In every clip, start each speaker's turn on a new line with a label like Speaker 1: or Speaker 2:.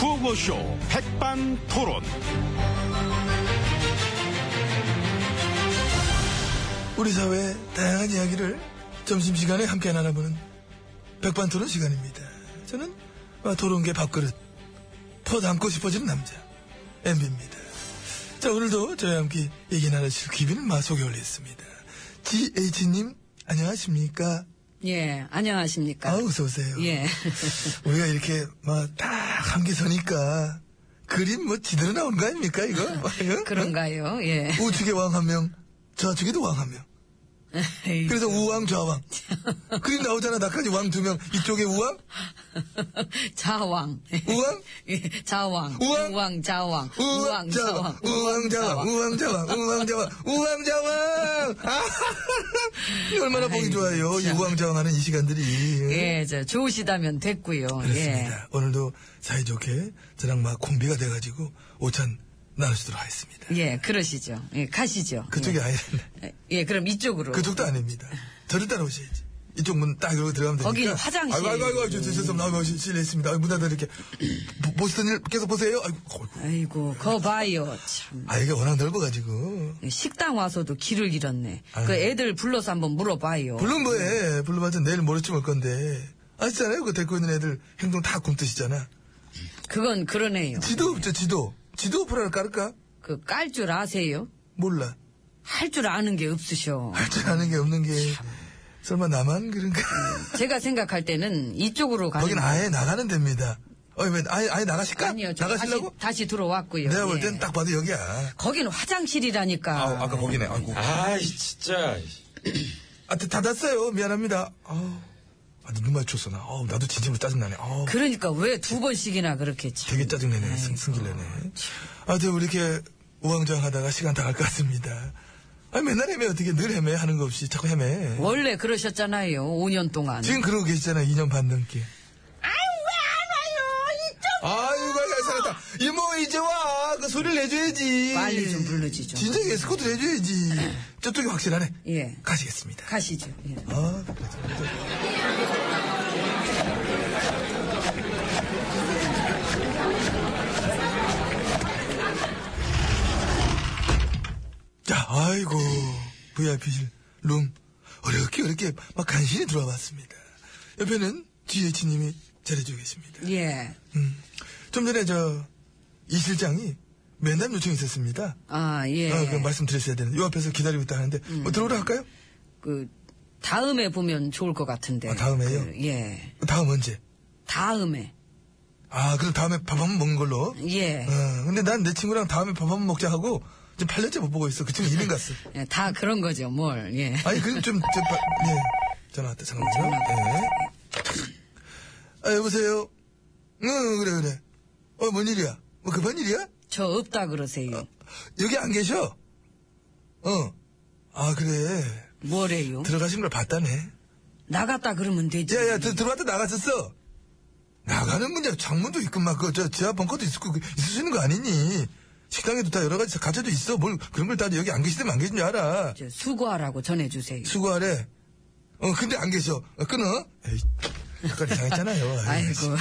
Speaker 1: 구호쇼 백반토론.
Speaker 2: 우리 사회의 다양한 이야기를 점심시간에 함께 나눠보는 백반토론 시간입니다. 저는 아, 토론계 밥그릇, 퍼 담고 싶어지는 남자, MB입니다. 자, 오늘도 저희와 함께 얘기 나누실 기빈 마 소개 올렸습니다. GH님, 안녕하십니까?
Speaker 3: 예, 안녕하십니까.
Speaker 2: 아, 어서오세요.
Speaker 3: 예.
Speaker 2: 우리가 이렇게 뭐 막딱 함께 서니까 그림 뭐 지대로 나온 거 아닙니까, 이거? 뭐, 어?
Speaker 3: 그런가요? 예.
Speaker 2: 우측에 왕 한 명, 좌측에도 왕 한 명.
Speaker 3: 에이,
Speaker 2: 그래서 우왕 좌왕 그림 나오잖아 나까지 왕 두 명 이쪽에 우왕
Speaker 3: 자왕.
Speaker 2: 우왕
Speaker 3: 예, 자왕.
Speaker 2: 우왕?
Speaker 3: 우왕, 자왕.
Speaker 2: 우왕 좌왕 우왕 좌왕 우왕 좌왕 우왕 좌왕 우왕 좌왕 아, 이 얼마나 보기
Speaker 3: 아이고,
Speaker 2: 좋아요 이
Speaker 3: 참.
Speaker 2: 우왕 좌왕하는 이 시간들이
Speaker 3: 예, 저, 좋으시다면 됐고요. 예.
Speaker 2: 그렇습니다 오늘도 사이좋게 저랑 막 콤비가 돼가지고 오찬 나누시도록 하겠습니다
Speaker 3: 예. 예, 그러시죠. 예, 가시죠.
Speaker 2: 그쪽이
Speaker 3: 예.
Speaker 2: 아니라
Speaker 3: 예, 그럼 이쪽으로.
Speaker 2: 그쪽도 아닙니다 저를 따라오셔야지 이쪽 문 딱 열고 들어가면 되니까
Speaker 3: 거기 화장실.
Speaker 2: 아이고 아이고 아이고 저, 저, 죄송합니다 아이고 실- 실례했습니다 아이고, 문 닫아 이렇게 보시던 일 계속 보세요 아이고 아이고
Speaker 3: 아이고, 거 봐요. 참. 예,
Speaker 2: 아, 이게 워낙 넓어가지고.
Speaker 3: 식당 와서도 길을 잃었네.
Speaker 2: 아유.
Speaker 3: 그 애들 불러서 한번 물어봐요.
Speaker 2: 물론 뭐해. 불러봤자 내일 모레쯤 올 건데. 아시잖아요. 그 데리고 있는 애들 행동 다 굶뜨시잖아.
Speaker 3: 그건 그러네요.
Speaker 2: 지도 없죠, 지도. 지도 오프라를 깔까?
Speaker 3: 그 깔 줄 아세요?
Speaker 2: 몰라.
Speaker 3: 할 줄 아는 게 없으셔.
Speaker 2: 할 줄 아는 게 없는 게. 설마 나만 그런가?
Speaker 3: 제가 생각할 때는 이쪽으로 가는
Speaker 2: 거긴
Speaker 3: 거.
Speaker 2: 아예 나가는 데입니다. 어, 왜, 아예, 아예 나가실까?
Speaker 3: 아니요, 저
Speaker 2: 나가시려고?
Speaker 3: 다시, 다시 들어왔고요.
Speaker 2: 내가 볼
Speaker 3: 예.
Speaker 2: 땐 딱 봐도 여기야.
Speaker 3: 거긴 화장실이라니까.
Speaker 2: 아, 아까 거기네. 아이고.
Speaker 1: 아이 진짜.
Speaker 2: 아, 다- 닫았어요. 미안합니다. 아우. 아, 눈 맞췄어, 나. 아우, 나도 진심으로 짜증나네. 아우.
Speaker 3: 그러니까 왜 두 번씩이나 그렇게 참.
Speaker 2: 되게 짜증내네. 승, 승질내네. 아무튼 우리 이렇게 우왕좌왕 하다가 시간 다 갈 것 같습니다. 아니, 맨날 헤매. 어떻게 늘 헤매. 하는 거 없이 자꾸 헤매.
Speaker 3: 원래 그러셨잖아요. 5년 동안.
Speaker 2: 지금 그러고 계시잖아요. 2년 반 넘게. 아유, 왜 안 와요? 이쪽. 아유, 아유, 살았다. 이모, 이제 와. 그 소리를 내줘야지.
Speaker 3: 빨리 좀 부르지 좀.
Speaker 2: 진작에 에스코트 내줘야지. 저쪽이 확실하네.
Speaker 3: 예.
Speaker 2: 가시겠습니다.
Speaker 3: 가시죠. 예.
Speaker 2: 아, 그래도. 자, 아이고, VIP실 룸 어렵게 어렵게 막 간신히 들어와 봤습니다. 옆에는 GH님이 잘해주고 계십니다.
Speaker 3: 예.
Speaker 2: 음, 좀 전에 저, 이 실장이 면담 요청이 있었습니다.
Speaker 3: 아, 예.
Speaker 2: 아, 그 말씀드렸어야 되는데, 요 앞에서 기다리고 있다 하는데, 뭐 들어오라 할까요?
Speaker 3: 그, 다음에 보면 좋을 것 같은데.
Speaker 2: 아, 다음에요?
Speaker 3: 그, 예.
Speaker 2: 다음 언제?
Speaker 3: 다음에.
Speaker 2: 아, 그럼 다음에 밥 한번 먹는 걸로?
Speaker 3: 예.
Speaker 2: 어, 근데 난 내 친구랑 다음에 밥 한번 먹자 하고, 지금 8년째 못 보고 있어. 그 친구 이민 갔어.
Speaker 3: 예, 다 그런 거죠, 뭘. 예.
Speaker 2: 아니, 그럼 좀, 저, 바, 예. 전화 왔다, 잠깐만요. 예. 아, 여보세요? 응, 그래, 그래. 어, 뭔 일이야? 뭐 급한 일이야?
Speaker 3: 저 없다 그러세요.
Speaker 2: 여기 안 계셔? 어. 아, 그래.
Speaker 3: 뭐래요?
Speaker 2: 들어가신 걸 봤다네.
Speaker 3: 나갔다 그러면 되지.
Speaker 2: 야, 야, 들- 들어왔다 나갔었어. 나가는 문제 창문도 있고 막 그 저 지하 벙커도 있을 거 있을 수 있는 거 아니니? 식당에도 다 여러 가지 가채도 있어. 뭘 그런 걸 다 여기 안 계시면 안 계신 줄 알아.
Speaker 3: 저 수고하라고 전해주세요.
Speaker 2: 수고하래. 어 근데 안 계셔. 어, 끊어. 에이, 약간 이상했잖아요.
Speaker 3: 아이고.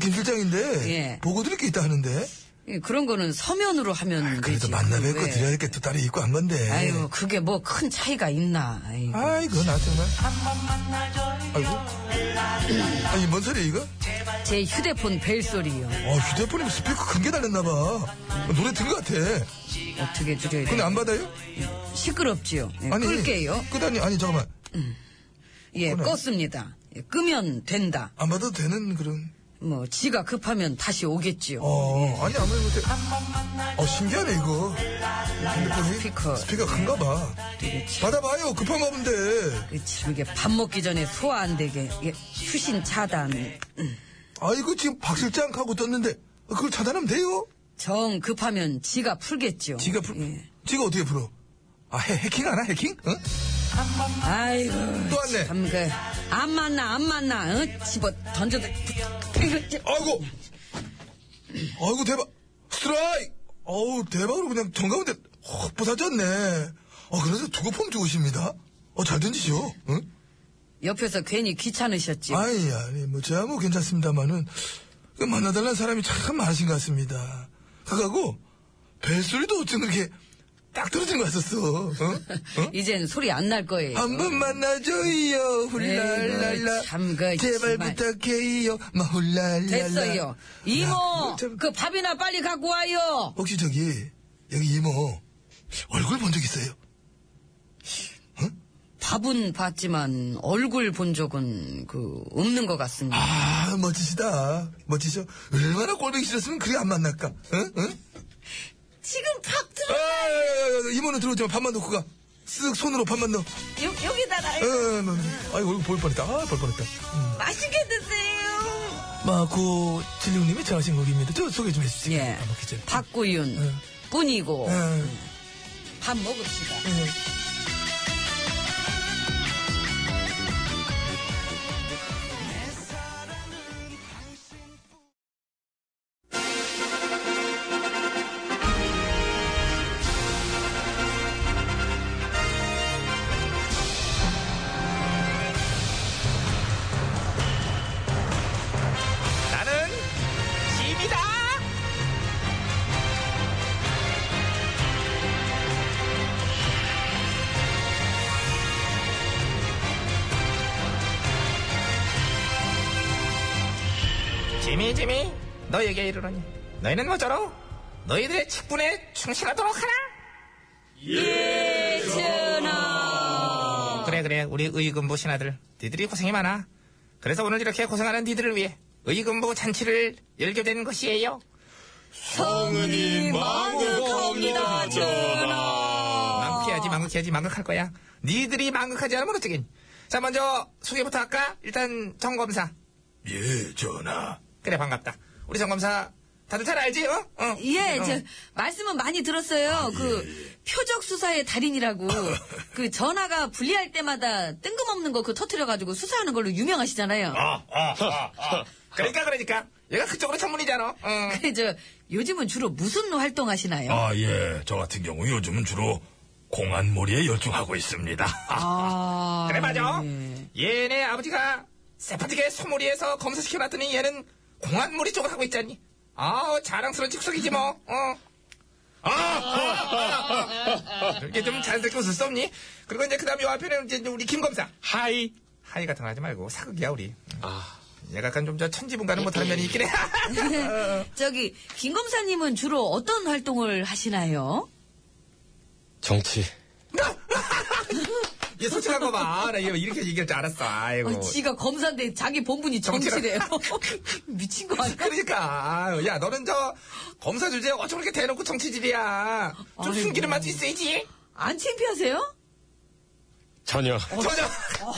Speaker 2: 김 실장인데
Speaker 3: 예.
Speaker 2: 보고 드릴 게 있다 하는데.
Speaker 3: 예, 그런 거는 서면으로 하면
Speaker 2: 아, 그래도
Speaker 3: 되지.
Speaker 2: 만나
Speaker 3: 그걸
Speaker 2: 뵙고 예.
Speaker 3: 왜.
Speaker 2: 드려야 겠또 딸이 있고 한 건데.
Speaker 3: 아유, 그게 뭐 큰 차이가 있나. 아이고.
Speaker 2: 아이고 나 정말. 아이고. 아니 뭔 소리야 이거?
Speaker 3: 제 휴대폰 벨 소리요.
Speaker 2: 아, 휴대폰이 스피커 큰 게 달렸나봐. 노래 든 것 같아.
Speaker 3: 어떻게 드려야
Speaker 2: 근데
Speaker 3: 돼?
Speaker 2: 안 받아요?
Speaker 3: 시끄럽지요. 예, 끌게요.
Speaker 2: 끄다니, 아니, 잠깐만.
Speaker 3: 예,
Speaker 2: 그래.
Speaker 3: 껐습니다. 예, 끄면 된다.
Speaker 2: 안 받아도 되는 그런.
Speaker 3: 뭐 지가 급하면 다시 오겠지요.
Speaker 2: 어, 아니, 아무리 못해. 어, 신기하네, 이거. 핸드폰이.
Speaker 3: 스피커.
Speaker 2: 스피커가 큰가 봐.
Speaker 3: 되게 참-
Speaker 2: 받아봐요. 급한가 본데.
Speaker 3: 예, 그 참, 이게 밥 먹기 전에 소화 안 되게 예, 휴신 차단 음.
Speaker 2: 아이고, 지금 박 실장하고 떴는데. 그걸 차단하면 돼요?
Speaker 3: 정 급하면 지가 풀겠죠.
Speaker 2: 지가 풀,
Speaker 3: 예.
Speaker 2: 지가 어떻게 풀어? 아, 해, 해킹 안 하? 해킹? 응?
Speaker 3: 아이고
Speaker 2: 또 왔네.
Speaker 3: 참그안 만나 안 만나 어? 집어 던져도 아이고, 저-
Speaker 2: 아이고! 아이고, 대박! 스트라이크! 어우, 대박으로 그냥 정가운데 확 부사졌네. 어, 그래서 두고폼 좋으십니다. 어, 잘 던지시오. 응?
Speaker 3: 옆에서 괜히 귀찮으셨지.
Speaker 2: 아, 아니, 아니, 뭐, 제야 뭐 괜찮습니다만은, 그 만나달라는 사람이 참 많으신 것 같습니다. 그거하고 벨소리도 어쩜 그렇게 딱 떨어진 것 같았어. 어? 어? 아,
Speaker 3: 이젠 소리 안 날 거예요.
Speaker 2: 한 번 만나줘요 훌랄랄라
Speaker 3: 에이구, 참, 그,
Speaker 2: 제발
Speaker 3: 정말.
Speaker 2: 부탁해요 마 훌랄랄라
Speaker 3: 됐어요.
Speaker 2: 야,
Speaker 3: 이모,
Speaker 2: 그 참,
Speaker 3: 그 밥이나 빨리 갖고 와요.
Speaker 2: 혹시 저기 여기 이모 얼굴 본 적 있어요?
Speaker 3: 밥은 봤지만 얼굴 본 적은 그 없는 것 같습니다.
Speaker 2: 아 멋지시다 멋지셔 얼마나 꼴보기 싫었으면 그리 안 만날까 응? 응?
Speaker 3: 지금 밥 들어
Speaker 2: 아, 이모는 들어오지 마 밥만 넣고 가쓱 손으로 밥만 넣어
Speaker 3: 여, 여기다가
Speaker 2: 어, 아 얼굴 볼 뻔했다 아 볼 뻔했다 음.
Speaker 3: 맛있게 드세요.
Speaker 2: 마고 진룡님이 정하신 곡입니다 저 소개 좀 해주시죠
Speaker 3: 예,
Speaker 2: 밥 먹기 전에.
Speaker 3: 박구윤
Speaker 2: 응.
Speaker 3: 뿐이고
Speaker 2: 응.
Speaker 3: 밥 먹읍시다.
Speaker 2: 예.
Speaker 1: 나는 짐이다.
Speaker 4: 지미 지미 너에게 이르노니 너희는 모쪼록 너희들의 직분에 충실하도록 하라
Speaker 3: 예전아.
Speaker 4: 그래 그래 우리 의금부 신하들 니들이 고생이 많아 그래서 오늘 이렇게 고생하는 니들을 위해 의금부 잔치를 열게 된 것이에요
Speaker 1: 성은이
Speaker 3: 만극합니다, 전하.
Speaker 4: 망극해야지 망극해야지 망극할 거야 니들이 망극하지 않으면 어쩌긴 자 먼저 소개부터 할까 일단 정검사
Speaker 2: 예 전하
Speaker 4: 그래 반갑다 우리 정검사 다들 잘 알지 어? 어.
Speaker 3: 예,
Speaker 4: 어. 아, 예,
Speaker 3: 저 말씀은 많이 들었어요. 그 표적 수사의 달인이라고 그 전화가 불리할 때마다 뜬금없는 거 그 터트려 가지고 수사하는 걸로 유명하시잖아요.
Speaker 4: 그러니까 그러니까 얘가 그쪽으로 전문이잖아 어.
Speaker 3: 근데 저 요즘은 주로 무슨 활동 하시나요?
Speaker 5: 아, 예. 저 같은 경우 요즘은 주로 공안몰이에 열중하고 있습니다.
Speaker 3: 아,
Speaker 4: 그래 맞아.
Speaker 3: 예.
Speaker 4: 얘네 아버지가 세파틱의 소몰이에서 검사시켜놨더니 얘는 공안몰이 쪽을 하고 있잖니. 아우 자랑스러운 직속이지 뭐. 어. 아, 아, 아. 이렇게 좀 자연스럽게 웃을 수 없니? 그리고 이제 그다음 요 앞에는 이제 우리 김 검사.
Speaker 1: 하이.
Speaker 4: 하이 같은 거 하지 말고 사극이야 우리.
Speaker 5: 아.
Speaker 4: 얘가 약간 좀 저 천지분간은 못하는 면이 있긴 해.
Speaker 3: 네.
Speaker 4: 어,
Speaker 3: 저기 김 검사님은 주로 어떤 활동을 하시나요?
Speaker 1: 정치.
Speaker 4: 얘 솔직한 거 봐. 나 이거 이렇게 얘기할 줄 알았어. 아이고.
Speaker 3: 어, 지가 검사인데 자기 본분이 정치래요. 미친 거 아니야?
Speaker 4: 그러니까 아유, 야 너는 저 검사 주제에 어쩜 그렇게 대놓고 정치질이야 좀
Speaker 3: 아이고.
Speaker 4: 숨기는 맛도 있어야지
Speaker 3: 안 창피하세요?
Speaker 1: 전혀.
Speaker 3: 어,
Speaker 4: 전혀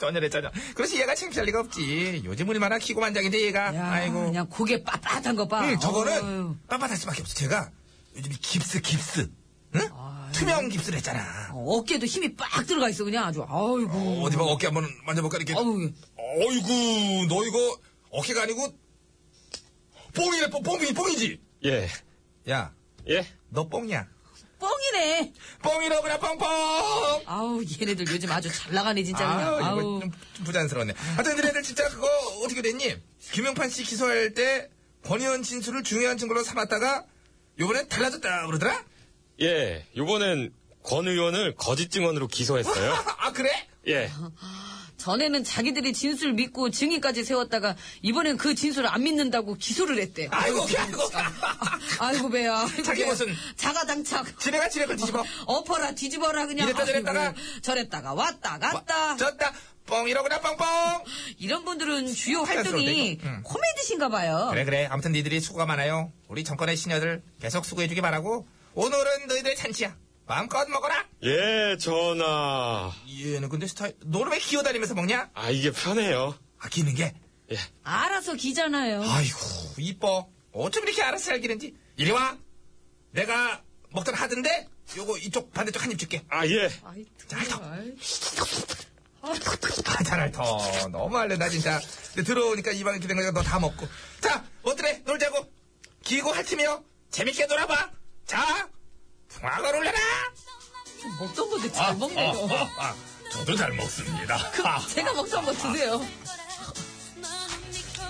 Speaker 4: 전혀래 전혀 그렇지 얘가 창피할 리가 없지 요즘 얼마나 기고만장인데 얘가
Speaker 3: 야,
Speaker 4: 아이고
Speaker 3: 그냥 고개 빳빳한 거 봐.
Speaker 2: 네,
Speaker 4: 응,
Speaker 3: 어휴.
Speaker 4: 저거는 빳빳할 수밖에 없어 제가 요즘 이 깁스 깁스 응?
Speaker 3: 아, 예.
Speaker 4: 투명 깁스를 했잖아
Speaker 3: 어, 어깨도 힘이 빡 들어가 있어 그냥 아주 아이고
Speaker 4: 네.
Speaker 5: 어디 봐, 어깨 한번 만져볼까, 이렇게.
Speaker 3: 아우
Speaker 5: 어이구, 너 이거 어깨가 아니고 뽕이래, 뽕, 뽕이, 뽕이지?
Speaker 1: 예.
Speaker 4: 야 너
Speaker 1: 예.
Speaker 4: 뽕이야
Speaker 3: 뻥이네
Speaker 4: 뽕이라고 그냥 뽕뽕
Speaker 3: 아우 얘네들 요즘 아주 잘 나가네 진짜 그냥
Speaker 4: 아, 이거
Speaker 3: 아우
Speaker 4: 좀, 좀 부자연스러웠네. 하여튼 너네들 진짜 그거 어떻게 됐니? 김영판 씨 기소할 때 권희원 진술을 중요한 증거로 삼았다가 요번엔 달라졌다 그러더라?
Speaker 1: 예. 요번엔 권 의원을 거짓 증언으로 기소했어요.
Speaker 4: 아, 그래?
Speaker 1: 예.
Speaker 3: 전에는 자기들이 진술 믿고 증인까지 세웠다가 이번엔 그 진술을 안 믿는다고 기소를 했대
Speaker 4: 아이고, 아이고.
Speaker 3: 아이고 배야 아이고,
Speaker 4: 자기
Speaker 3: 배야.
Speaker 4: 무슨-
Speaker 3: 자가당착
Speaker 4: 지네가 지네걸 뒤집어.
Speaker 3: 엎어라 뒤집어라 그냥
Speaker 4: 이랬다 저랬다가.
Speaker 3: 아이고, 저랬다가 왔다 갔다
Speaker 4: 졌다. 뻥이라구나, 뻥뻥.
Speaker 3: 이런 분들은 주요
Speaker 4: 자연스러운데,
Speaker 3: 활동이
Speaker 4: 이거. 응.
Speaker 3: 코미디신가 봐요
Speaker 4: 그래, 그래. 아무튼 니들이 수고가 많아요. 우리 정권의 시녀들 계속 수고해주기 바라고. 오늘은 너희들의 잔치야. 마음껏 먹어라.
Speaker 1: 예, 전하.
Speaker 4: 얘는 근데 스타일, 너는 왜 기어다니면서 먹냐?
Speaker 1: 아, 이게 편해요.
Speaker 4: 아끼는 게.
Speaker 1: 예.
Speaker 3: 알아서 기잖아요
Speaker 4: 아이고 이뻐 어쩜 이렇게 알아서 잘 기는지 이리 와 내가 먹던 하던데 요거 이쪽 반대쪽 한 입 줄게
Speaker 1: 아, 예.
Speaker 3: 아이,
Speaker 4: 잘 터.
Speaker 3: 아이.
Speaker 4: 아, 잘할 터 너무 할래 나 진짜 근데 들어오니까 이방에 기댄 거니까 너 다 먹고 자 어떠래 놀자고 기고 할 팀이요 재밌게 놀아봐 자 풍악을 올려라
Speaker 3: 먹던 건데
Speaker 4: 아,
Speaker 3: 잘 먹네요
Speaker 4: 어,
Speaker 5: 아, 저도 잘 먹습니다.
Speaker 3: 제가 먹던 거 드세요.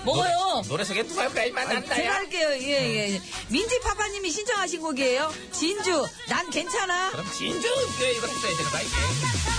Speaker 3: 먹어요.
Speaker 4: 노래 소개 누가 할까 이만
Speaker 3: 제가
Speaker 4: 난다야.
Speaker 3: 할게요. 예, 예. 예. 민지파파님이 신청하신 곡이에요. 진주, 난 괜찮아.
Speaker 4: 그럼 진주 이거 이거 했어야 되는 거야 이게.